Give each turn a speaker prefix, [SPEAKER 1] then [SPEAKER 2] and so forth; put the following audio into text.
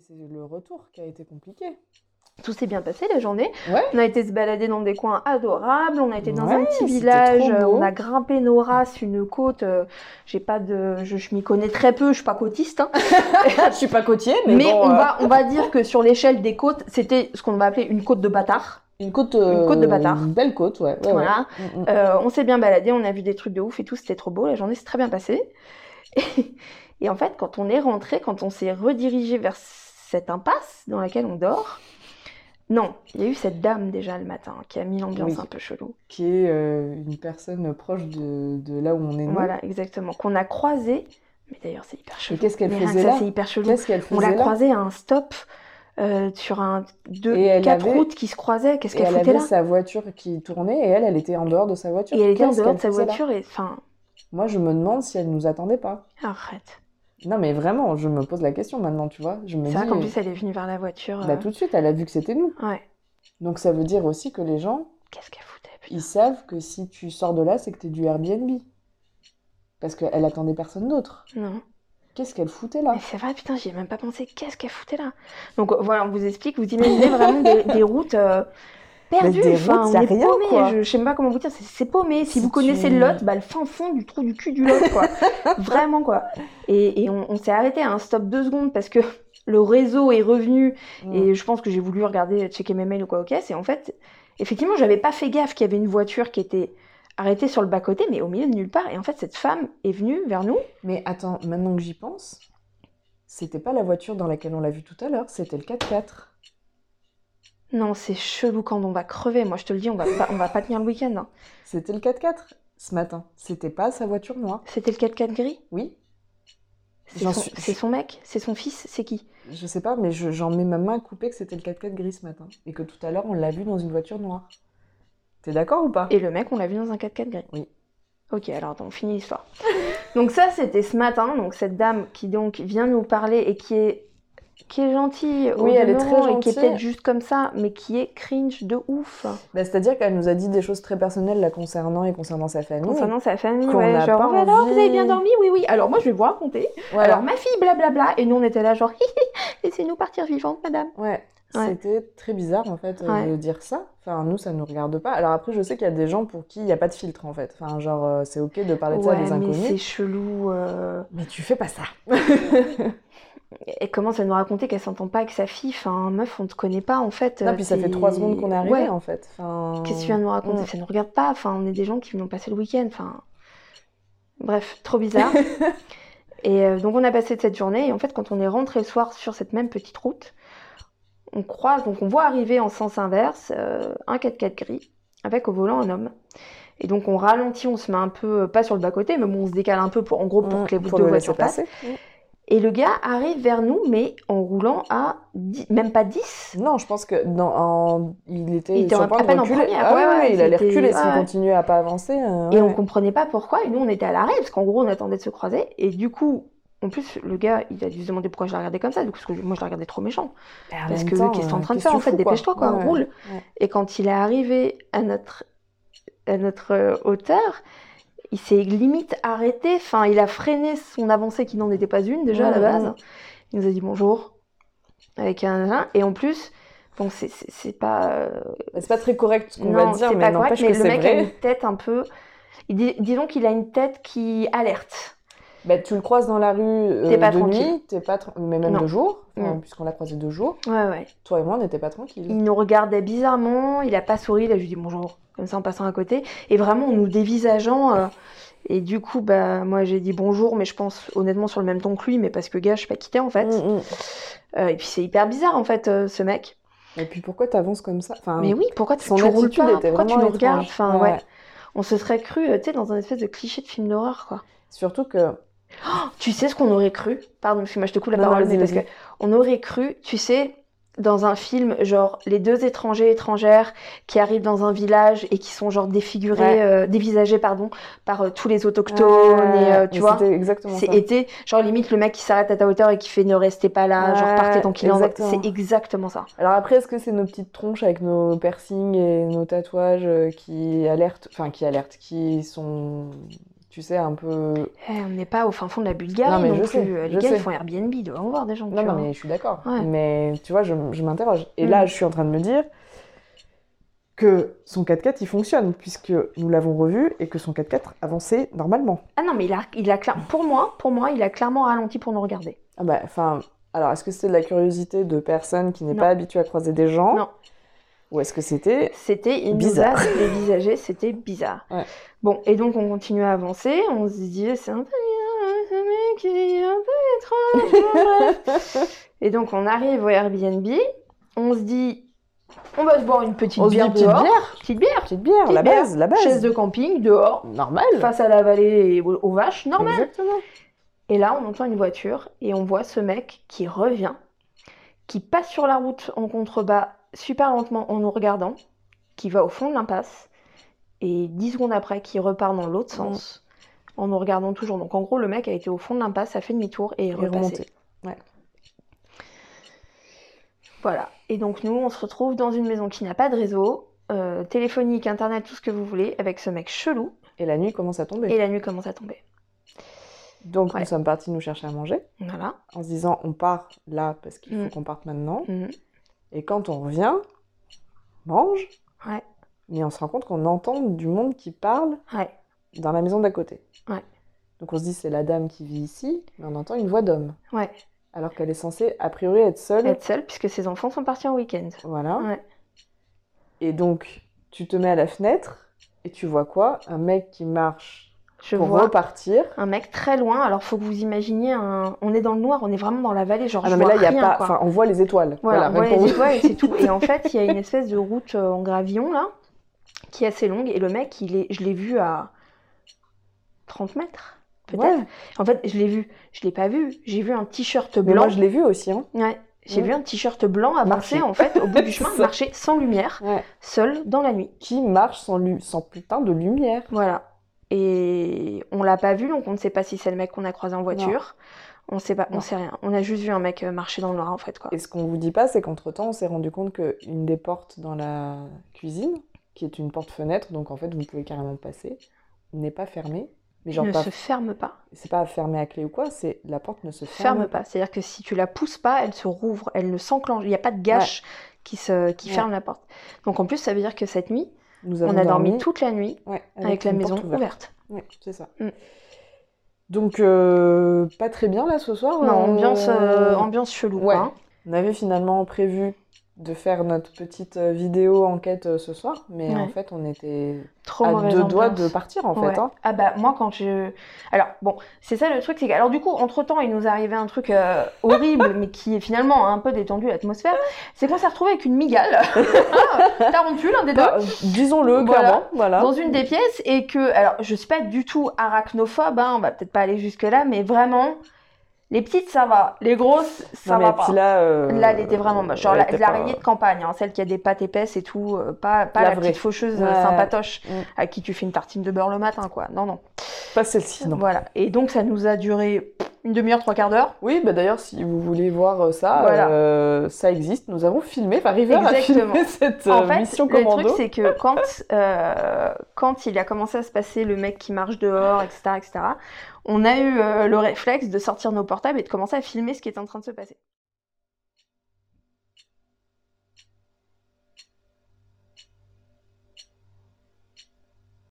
[SPEAKER 1] c'est le retour qui a été compliqué.
[SPEAKER 2] Tout s'est bien passé la journée.
[SPEAKER 1] Ouais.
[SPEAKER 2] On a été se balader dans des coins adorables. On a été dans un
[SPEAKER 1] Ouais,
[SPEAKER 2] petit
[SPEAKER 1] c'était
[SPEAKER 2] village.
[SPEAKER 1] trop
[SPEAKER 2] euh,
[SPEAKER 1] beau.
[SPEAKER 2] On a grimpé nos races, une côte. euh, J'ai pas de, je, je m'y connais très peu. Je suis pas côtiste. hein.
[SPEAKER 1] Ah, je suis pas côtier, mais,
[SPEAKER 2] Mais,
[SPEAKER 1] bon,
[SPEAKER 2] on
[SPEAKER 1] euh,
[SPEAKER 2] va, on va dire que sur l'échelle des côtes, c'était ce qu'on va appeler une côte de bâtard.
[SPEAKER 1] une côte, euh,
[SPEAKER 2] côte de bâtard.
[SPEAKER 1] une belle côte, ouais. ouais, ouais.
[SPEAKER 2] voilà.
[SPEAKER 1] Mm, mm.
[SPEAKER 2] Euh, on s'est bien baladé, on a vu des trucs de ouf et tout, c'était trop beau, la journée s'est très bien passée. Et, et en fait, quand on est rentré, quand on s'est redirigé vers cette impasse dans laquelle on dort, non, il y a eu cette dame déjà le matin qui a mis l'ambiance
[SPEAKER 1] Oui.
[SPEAKER 2] un peu chelou.
[SPEAKER 1] Qui est euh, une personne proche de, de là où on est nous.
[SPEAKER 2] Voilà, exactement, qu'on a croisée. Mais d'ailleurs, c'est hyper
[SPEAKER 1] Et
[SPEAKER 2] chelou.
[SPEAKER 1] qu'est-ce qu'elle
[SPEAKER 2] Mais rien que
[SPEAKER 1] faisait
[SPEAKER 2] ça,
[SPEAKER 1] là
[SPEAKER 2] c'est hyper chelou.
[SPEAKER 1] Qu'est-ce qu'elle
[SPEAKER 2] On
[SPEAKER 1] faisait
[SPEAKER 2] l'a
[SPEAKER 1] là
[SPEAKER 2] croisée à un stop euh, sur un deux,
[SPEAKER 1] Et elle
[SPEAKER 2] quatre
[SPEAKER 1] avait-
[SPEAKER 2] routes qui se croisaient. Qu'est-ce
[SPEAKER 1] Et
[SPEAKER 2] qu'elle
[SPEAKER 1] elle
[SPEAKER 2] foutait
[SPEAKER 1] avait
[SPEAKER 2] là
[SPEAKER 1] sa voiture qui tournait et elle, elle était en dehors de sa voiture.
[SPEAKER 2] Et elle était en
[SPEAKER 1] Qu'est-ce
[SPEAKER 2] dehors de sa
[SPEAKER 1] qu'elle faisait là
[SPEAKER 2] voiture et enfin,
[SPEAKER 1] Moi, je me demande si elle nous attendait pas.
[SPEAKER 2] arrête.
[SPEAKER 1] Non, mais vraiment, je me pose la question maintenant, tu vois. Je me
[SPEAKER 2] C'est
[SPEAKER 1] dis, euh,
[SPEAKER 2] vrai qu'en plus, elle est venue vers la voiture.
[SPEAKER 1] bah,
[SPEAKER 2] euh,
[SPEAKER 1] tout de suite, elle a vu que c'était nous.
[SPEAKER 2] Ouais.
[SPEAKER 1] Donc ça veut dire aussi que les gens,
[SPEAKER 2] Qu'est-ce qu'elle foutait putain
[SPEAKER 1] ils savent que si tu sors de là, c'est que t'es du Airbnb. Parce qu'elle attendait personne d'autre.
[SPEAKER 2] Non.
[SPEAKER 1] Qu'est-ce qu'elle foutait là
[SPEAKER 2] Mais c'est vrai, putain, j'y ai même pas pensé. Qu'est-ce qu'elle foutait là Donc euh, voilà, on vous explique, vous imaginez vraiment des, des routes euh, perdues.
[SPEAKER 1] Mais des
[SPEAKER 2] enfin,
[SPEAKER 1] routes,
[SPEAKER 2] on
[SPEAKER 1] y a
[SPEAKER 2] est
[SPEAKER 1] rien,
[SPEAKER 2] paumé.
[SPEAKER 1] quoi.
[SPEAKER 2] Je, je sais même pas comment vous dire, c'est, c'est paumé. Si,
[SPEAKER 1] Si
[SPEAKER 2] vous
[SPEAKER 1] tu-
[SPEAKER 2] connaissez le Lot, bah, le fin fond du trou du cul du Lot, quoi. vraiment, quoi. Et, et on, on s'est arrêté à un stop deux secondes parce que le réseau est revenu
[SPEAKER 1] Mm.
[SPEAKER 2] et je pense que j'ai voulu regarder, checker mes mails ou quoi, ok. C'est en fait, effectivement, j'avais pas fait gaffe qu'il y avait une voiture qui était arrêtée sur le bas-côté, mais au milieu de nulle part. Et en fait, cette femme est venue vers nous.
[SPEAKER 1] Mais attends, maintenant que j'y pense, c'était pas la voiture dans laquelle on l'a vue tout à l'heure, c'était le 4x4.
[SPEAKER 2] Non, c'est chelou quand on va crever. Moi, je te le dis, on va pas, on va pas tenir le week-end. hein.
[SPEAKER 1] C'était le 4x4 ce matin. C'était pas sa voiture noire.
[SPEAKER 2] C'était le 4x4 gris.
[SPEAKER 1] Oui,
[SPEAKER 2] C'est
[SPEAKER 1] J'en
[SPEAKER 2] son,
[SPEAKER 1] suis-
[SPEAKER 2] c'est son mec, c'est son fils, c'est qui
[SPEAKER 1] je sais pas, mais je- j'en mets ma main à couper que c'était le 4x4 gris ce matin. Et que tout à l'heure, on l'a vu dans une voiture noire. T'es d'accord ou pas
[SPEAKER 2] Et le mec, on l'a vu dans un 4x4 gris.
[SPEAKER 1] Oui.
[SPEAKER 2] Ok, alors attends, on finit l'histoire. donc ça, c'était ce matin. Donc cette dame qui donc vient nous parler et qui est qui est gentille, au
[SPEAKER 1] Oui, elle est
[SPEAKER 2] demeurant,
[SPEAKER 1] très
[SPEAKER 2] et qui est
[SPEAKER 1] gentille.
[SPEAKER 2] peut-être juste comme ça, mais qui est cringe de ouf
[SPEAKER 1] Bah, C'est-à-dire qu'elle nous a dit des choses très personnelles la concernant et concernant sa famille.
[SPEAKER 2] concernant sa famille.
[SPEAKER 1] Qu'on
[SPEAKER 2] ouais,
[SPEAKER 1] n'a
[SPEAKER 2] genre,
[SPEAKER 1] pas
[SPEAKER 2] Oh, alors
[SPEAKER 1] envie.
[SPEAKER 2] vous avez bien dormi Oui, oui. Alors moi, je vais vous raconter.
[SPEAKER 1] Ouais,
[SPEAKER 2] Alors ma fille, blablabla, et nous on était là genre, Hi, hi, laissez-nous partir vivante, madame.
[SPEAKER 1] ouais.
[SPEAKER 2] Ouais.
[SPEAKER 1] C'était très bizarre en fait euh,
[SPEAKER 2] Ouais.
[SPEAKER 1] de dire ça. Enfin, nous, ça nous regarde pas. Alors après, je sais qu'il y a des gens pour qui il n'y a pas de filtre en fait. Enfin, genre, euh, c'est ok de parler de ça à des
[SPEAKER 2] Ouais, mais c'est
[SPEAKER 1] inconnus.
[SPEAKER 2] chelou. euh.
[SPEAKER 1] Mais tu fais pas ça.
[SPEAKER 2] Elle commence à nous raconter qu'elle s'entend pas avec sa fille. Enfin, meuf, on te connaît pas en fait.
[SPEAKER 1] Non, puis ça
[SPEAKER 2] t'es-
[SPEAKER 1] fait trois secondes qu'on est arrivé
[SPEAKER 2] Ouais.
[SPEAKER 1] en fait. Enfin...
[SPEAKER 2] Qu'est-ce que tu viens de nous raconter
[SPEAKER 1] Mm.
[SPEAKER 2] Ça nous regarde pas. Enfin, on est des gens qui venons passer le week-end. Enfin, bref, trop bizarre. et euh, donc on a passé cette journée. Et en fait, quand on est rentré le soir sur cette même petite route, on croise, donc on voit arriver en sens inverse euh, un 4x4 gris avec au volant un homme. Et donc on ralentit, on se met un peu euh, pas sur le bas côté, mais bon, on se décale un peu pour en gros pour que les
[SPEAKER 1] Mm, Pour
[SPEAKER 2] deux
[SPEAKER 1] le
[SPEAKER 2] voitures
[SPEAKER 1] laisser
[SPEAKER 2] passent. Et le gars arrive vers nous, mais en roulant à 10, même pas 10.
[SPEAKER 1] Non, je pense que dans, en- il était
[SPEAKER 2] Il était
[SPEAKER 1] sur
[SPEAKER 2] à
[SPEAKER 1] le point de
[SPEAKER 2] peine en
[SPEAKER 1] reculer.
[SPEAKER 2] première,
[SPEAKER 1] Ah
[SPEAKER 2] ouais,
[SPEAKER 1] ouais,
[SPEAKER 2] ouais,
[SPEAKER 1] il allait
[SPEAKER 2] c'était-
[SPEAKER 1] reculer s'il
[SPEAKER 2] ouais, ouais.
[SPEAKER 1] continuait à pas avancer. euh,
[SPEAKER 2] Et on
[SPEAKER 1] ouais.
[SPEAKER 2] comprenait pas pourquoi. Et nous, on était à l'arrêt, parce qu'en gros, on attendait de se croiser. Et du coup, en plus, le gars, il a dû se demander pourquoi je la regardais comme ça. Du coup, parce que moi, je la regardais trop méchant.
[SPEAKER 1] Mais en
[SPEAKER 2] Parce
[SPEAKER 1] même
[SPEAKER 2] que
[SPEAKER 1] temps, euh,
[SPEAKER 2] qu'est-ce que t'es en train de
[SPEAKER 1] qu'est-ce
[SPEAKER 2] faire En
[SPEAKER 1] que
[SPEAKER 2] fait,
[SPEAKER 1] tu fous, quoi
[SPEAKER 2] dépêche-toi, quoi,
[SPEAKER 1] Ouais, ouais.
[SPEAKER 2] roule.
[SPEAKER 1] ouais.
[SPEAKER 2] Et quand il est arrivé à notre, à notre euh, hauteur, il s'est limite arrêté. Enfin, il a freiné son avancée qui n'en était pas une déjà à la
[SPEAKER 1] Ouais,
[SPEAKER 2] base.
[SPEAKER 1] ouais.
[SPEAKER 2] Il nous a dit bonjour. Avec un. Et en plus, bon, c'est- c'est c'est pas. euh,
[SPEAKER 1] Bah, C'est pas très correct ce qu'on
[SPEAKER 2] non,
[SPEAKER 1] va dire,
[SPEAKER 2] c'est
[SPEAKER 1] mais
[SPEAKER 2] pas correct,
[SPEAKER 1] n'empêche
[SPEAKER 2] mais
[SPEAKER 1] que
[SPEAKER 2] le
[SPEAKER 1] c'est
[SPEAKER 2] mec a une
[SPEAKER 1] vrai.
[SPEAKER 2] tête un peu. il dit- disons qu'il a une tête qui alerte.
[SPEAKER 1] Bah, tu le croises dans la rue euh,
[SPEAKER 2] T'es pas
[SPEAKER 1] de
[SPEAKER 2] tranquille.
[SPEAKER 1] nuit, t'es pas tra- mais même
[SPEAKER 2] Non.
[SPEAKER 1] de jour, enfin,
[SPEAKER 2] Mm.
[SPEAKER 1] puisqu'on l'a croisé deux jours,
[SPEAKER 2] Ouais, ouais.
[SPEAKER 1] toi et moi, on n'était pas tranquilles.
[SPEAKER 2] Il nous regardait bizarrement, il a pas souri, il a juste dit bonjour, comme ça en passant à côté. Et vraiment en nous dévisageant. euh, et du coup, bah, moi j'ai dit bonjour, mais je pense honnêtement sur le même ton que lui, mais parce que gars, je suis pas quittée en fait.
[SPEAKER 1] Mm, mm.
[SPEAKER 2] Euh, et puis c'est hyper bizarre en fait, euh, ce mec.
[SPEAKER 1] mm. Et puis pourquoi t'avances comme ça enfin,
[SPEAKER 2] Mais oui, pourquoi tu,
[SPEAKER 1] Ah. Son
[SPEAKER 2] tu roules
[SPEAKER 1] attitude
[SPEAKER 2] pas
[SPEAKER 1] était
[SPEAKER 2] Pourquoi tu
[SPEAKER 1] vraiment
[SPEAKER 2] nous regardes
[SPEAKER 1] étrange.
[SPEAKER 2] Enfin,
[SPEAKER 1] Ouais.
[SPEAKER 2] ouais. On se serait cru, euh, tu sais, dans un espèce de cliché de film d'horreur, quoi.
[SPEAKER 1] Surtout que.
[SPEAKER 2] Tu sais ce qu'on aurait cru Pardon, moi je te coupe la
[SPEAKER 1] Non, non,
[SPEAKER 2] parole, mais
[SPEAKER 1] vas-y,
[SPEAKER 2] parce que
[SPEAKER 1] vas-y.
[SPEAKER 2] on aurait cru, tu sais, dans un film, genre les deux étrangers étrangères qui arrivent dans un village et qui sont genre défigurés,
[SPEAKER 1] Ouais.
[SPEAKER 2] euh, dévisagés, pardon, par euh, tous les autochtones et euh, tu
[SPEAKER 1] Mais
[SPEAKER 2] vois.
[SPEAKER 1] C'était exactement
[SPEAKER 2] C'est
[SPEAKER 1] ça.
[SPEAKER 2] été, genre limite le mec qui s'arrête à ta hauteur et qui fait ne restez pas là, genre
[SPEAKER 1] Ouais,
[SPEAKER 2] partez tant qu'il est en va.
[SPEAKER 1] exactement.
[SPEAKER 2] C'est exactement ça.
[SPEAKER 1] Alors après, est-ce que c'est nos petites tronches avec nos piercings et nos tatouages euh, qui alertent, enfin qui alertent, qui sont, Tu sais, un peu.
[SPEAKER 2] Eh, on n'est pas au fin fond de la Bulgarie
[SPEAKER 1] Non,
[SPEAKER 2] non,
[SPEAKER 1] mais je
[SPEAKER 2] plus.
[SPEAKER 1] sais,
[SPEAKER 2] Euh, les
[SPEAKER 1] je
[SPEAKER 2] gars,
[SPEAKER 1] sais.
[SPEAKER 2] ils font Airbnb, ils doivent en voir des gens.
[SPEAKER 1] Non,
[SPEAKER 2] tu
[SPEAKER 1] non,
[SPEAKER 2] vois.
[SPEAKER 1] mais je suis d'accord.
[SPEAKER 2] Ouais.
[SPEAKER 1] Mais tu vois, je, je m'interroge. Et
[SPEAKER 2] Mm.
[SPEAKER 1] là, je suis en train de me dire que son 4x4, il fonctionne, puisque nous l'avons revu et que son 4x4 avançait normalement.
[SPEAKER 2] Ah non, mais il a, il a clair- pour moi, pour moi, il a clairement ralenti pour nous regarder.
[SPEAKER 1] Ah bah, enfin, alors, est-ce que c'était de la curiosité de personnes qui n'est
[SPEAKER 2] Non.
[SPEAKER 1] pas habituée à croiser des gens
[SPEAKER 2] Non.
[SPEAKER 1] Ou est-ce que c'était.
[SPEAKER 2] C'était il
[SPEAKER 1] Bizarre.
[SPEAKER 2] Nous a dévisagé, c'était bizarre.
[SPEAKER 1] Ouais.
[SPEAKER 2] Bon, et donc on continue à avancer, on se dit c'est un peu bizarre, ce mec il est un peu étrange. bon, bref. et donc on arrive au Airbnb, on se dit on va se boire une petite
[SPEAKER 1] On se dit
[SPEAKER 2] bière
[SPEAKER 1] petite
[SPEAKER 2] dehors,
[SPEAKER 1] bière,
[SPEAKER 2] petite bière,
[SPEAKER 1] oh, petite bière,
[SPEAKER 2] Petite
[SPEAKER 1] la
[SPEAKER 2] bière,
[SPEAKER 1] base, la base.
[SPEAKER 2] chaise de camping dehors,
[SPEAKER 1] Normal.
[SPEAKER 2] face à la vallée et aux aux vaches, normal.
[SPEAKER 1] Exactement.
[SPEAKER 2] Et là, on entend une voiture et on voit ce mec qui revient, qui passe sur la route en contrebas super lentement en nous regardant, qui va au fond de l'impasse et 10 secondes après, qui repart dans l'autre
[SPEAKER 1] Mm.
[SPEAKER 2] sens en nous regardant toujours. Donc en gros, le mec a été au fond de l'impasse, a fait demi-tour et est
[SPEAKER 1] Et
[SPEAKER 2] repassé.
[SPEAKER 1] remonter.
[SPEAKER 2] Voilà. Et donc nous, on se retrouve dans une maison qui n'a pas de réseau, euh, téléphonique, internet, tout ce que vous voulez, avec ce mec chelou
[SPEAKER 1] Et la nuit commence à tomber.
[SPEAKER 2] et la nuit commence à tomber.
[SPEAKER 1] Donc,
[SPEAKER 2] Ouais.
[SPEAKER 1] nous sommes partis nous chercher à manger
[SPEAKER 2] Voilà.
[SPEAKER 1] en se disant on part là parce qu'il faut
[SPEAKER 2] Mm.
[SPEAKER 1] qu'on parte maintenant.
[SPEAKER 2] Mhm.
[SPEAKER 1] Et quand on revient, on mange.
[SPEAKER 2] Ouais.
[SPEAKER 1] Mais on se rend compte qu'on entend du monde qui parle
[SPEAKER 2] Ouais.
[SPEAKER 1] dans la maison d'à côté.
[SPEAKER 2] Ouais.
[SPEAKER 1] Donc on se dit c'est la dame qui vit ici, mais on entend une voix d'homme.
[SPEAKER 2] Ouais.
[SPEAKER 1] Alors qu'elle est censée a priori être seule.
[SPEAKER 2] Être seule puisque ses enfants sont partis en week-end.
[SPEAKER 1] Voilà.
[SPEAKER 2] Ouais.
[SPEAKER 1] Et donc tu te mets à la fenêtre et tu vois quoi Un mec qui marche
[SPEAKER 2] Je
[SPEAKER 1] pour
[SPEAKER 2] vois
[SPEAKER 1] repartir.
[SPEAKER 2] un mec très loin. Alors faut que vous imaginiez un. On est dans le noir, on est vraiment dans la vallée, genre
[SPEAKER 1] Ah
[SPEAKER 2] je
[SPEAKER 1] non mais là
[SPEAKER 2] vois
[SPEAKER 1] il y a
[SPEAKER 2] rien,
[SPEAKER 1] pas,
[SPEAKER 2] quoi.
[SPEAKER 1] enfin on voit les étoiles.
[SPEAKER 2] voilà,
[SPEAKER 1] Voilà, même pour
[SPEAKER 2] on voit les
[SPEAKER 1] vous.
[SPEAKER 2] étoiles et c'est tout. Et en fait, il y a une espèce de route euh, en gravillon là, qui est assez longue. Et le mec, il est, je l'ai vu à 30 mètres, peut-être.
[SPEAKER 1] Ouais.
[SPEAKER 2] En fait, je l'ai vu, je l'ai pas vu. J'ai vu un t-shirt
[SPEAKER 1] Mais
[SPEAKER 2] blanc.
[SPEAKER 1] moi je l'ai vu aussi. Hein.
[SPEAKER 2] Ouais. J'ai
[SPEAKER 1] Ouais.
[SPEAKER 2] vu un t-shirt blanc avancer
[SPEAKER 1] Marcher.
[SPEAKER 2] en fait au bout du chemin,
[SPEAKER 1] C'est ça.
[SPEAKER 2] marcher sans lumière,
[SPEAKER 1] Ouais.
[SPEAKER 2] seul dans la nuit.
[SPEAKER 1] Qui marche sans, lu- sans putain de lumière.
[SPEAKER 2] Voilà. Et on l'a pas vu, donc on ne sait pas si c'est le mec qu'on a croisé en voiture. On sait pas, on
[SPEAKER 1] Non.
[SPEAKER 2] sait rien. On a juste vu un mec euh, marcher dans le noir en fait quoi.
[SPEAKER 1] Et ce qu'on vous dit pas, c'est qu'entre temps, on s'est rendu compte qu'une des portes dans la cuisine, qui est une porte-fenêtre, donc en fait, vous pouvez carrément passer, n'est pas fermée. Mais genre,
[SPEAKER 2] ne
[SPEAKER 1] pas-
[SPEAKER 2] se ferme pas.
[SPEAKER 1] c'est pas fermé à clé ou quoi, c'est la porte ne se ferme,
[SPEAKER 2] Ferme pas. C'est-à-dire que si tu la pousses pas, elle se rouvre, elle ne s'enclenche. Il n'y a pas de gâche qui se qui
[SPEAKER 1] Ouais.
[SPEAKER 2] ferme la porte. Donc en plus ça veut dire que cette nuit,
[SPEAKER 1] Nous
[SPEAKER 2] on
[SPEAKER 1] avons
[SPEAKER 2] a dormi toute la nuit
[SPEAKER 1] ouais,
[SPEAKER 2] avec, la
[SPEAKER 1] une
[SPEAKER 2] maison
[SPEAKER 1] porte
[SPEAKER 2] ouverte.
[SPEAKER 1] Ouais, c'est ça.
[SPEAKER 2] Mm.
[SPEAKER 1] Donc, euh, pas très bien là ce soir.
[SPEAKER 2] Non,
[SPEAKER 1] euh,
[SPEAKER 2] ambiance euh, ambiance chelou.
[SPEAKER 1] Ouais.
[SPEAKER 2] quoi, hein.
[SPEAKER 1] On avait finalement prévu de faire notre petite euh, vidéo enquête euh, ce soir, mais en
[SPEAKER 2] Ouais.
[SPEAKER 1] fait, on était
[SPEAKER 2] Trop
[SPEAKER 1] à
[SPEAKER 2] mauvaise
[SPEAKER 1] deux doigts de
[SPEAKER 2] ambiance.
[SPEAKER 1] partir en fait.
[SPEAKER 2] Ouais.
[SPEAKER 1] hein.
[SPEAKER 2] Ah bah moi quand je... Alors bon, c'est ça le truc, c'est que... Alors du coup, entre-temps, il nous arrivait un truc euh, horrible, mais qui est finalement un peu détendu l'atmosphère, c'est qu'on s'est retrouvé avec une migale, Ah, tarentule, un des deux,
[SPEAKER 1] Bah, euh, Disons-le
[SPEAKER 2] Voilà.
[SPEAKER 1] clairement, voilà.
[SPEAKER 2] dans une des pièces, et que... Alors je suis pas du tout arachnophobe, hein, on va peut-être pas aller jusque-là, mais vraiment, les petites ça va, les grosses ça
[SPEAKER 1] Non, mais
[SPEAKER 2] va pas.
[SPEAKER 1] puis là, euh,
[SPEAKER 2] Là, elle était vraiment moche. Genre,
[SPEAKER 1] elle
[SPEAKER 2] la-
[SPEAKER 1] était
[SPEAKER 2] l'araignée
[SPEAKER 1] pas-
[SPEAKER 2] de campagne, hein, celle qui a des pattes épaisses et tout, euh, pas, pas
[SPEAKER 1] La
[SPEAKER 2] la,
[SPEAKER 1] vraie.
[SPEAKER 2] petite faucheuse euh,
[SPEAKER 1] Ouais.
[SPEAKER 2] sympatoche
[SPEAKER 1] Mm.
[SPEAKER 2] à qui tu fais une tartine de beurre le matin, quoi. Non, non.
[SPEAKER 1] Pas celle-ci, non.
[SPEAKER 2] Voilà. Et donc, ça nous a duré pff, une demi-heure, trois quarts d'heure.
[SPEAKER 1] Oui, bah d'ailleurs, si vous voulez voir euh, ça,
[SPEAKER 2] Voilà.
[SPEAKER 1] euh, ça existe. Nous avons filmé, enfin, River a
[SPEAKER 2] Exactement.
[SPEAKER 1] filmé cette
[SPEAKER 2] En
[SPEAKER 1] euh,
[SPEAKER 2] fait,
[SPEAKER 1] mission
[SPEAKER 2] le truc,
[SPEAKER 1] commando.
[SPEAKER 2] c'est que quand, euh, quand il a commencé à se passer le mec qui marche dehors, etc., etc., on a eu euh, le réflexe de sortir nos portables et de commencer à filmer ce qui était en train de se passer.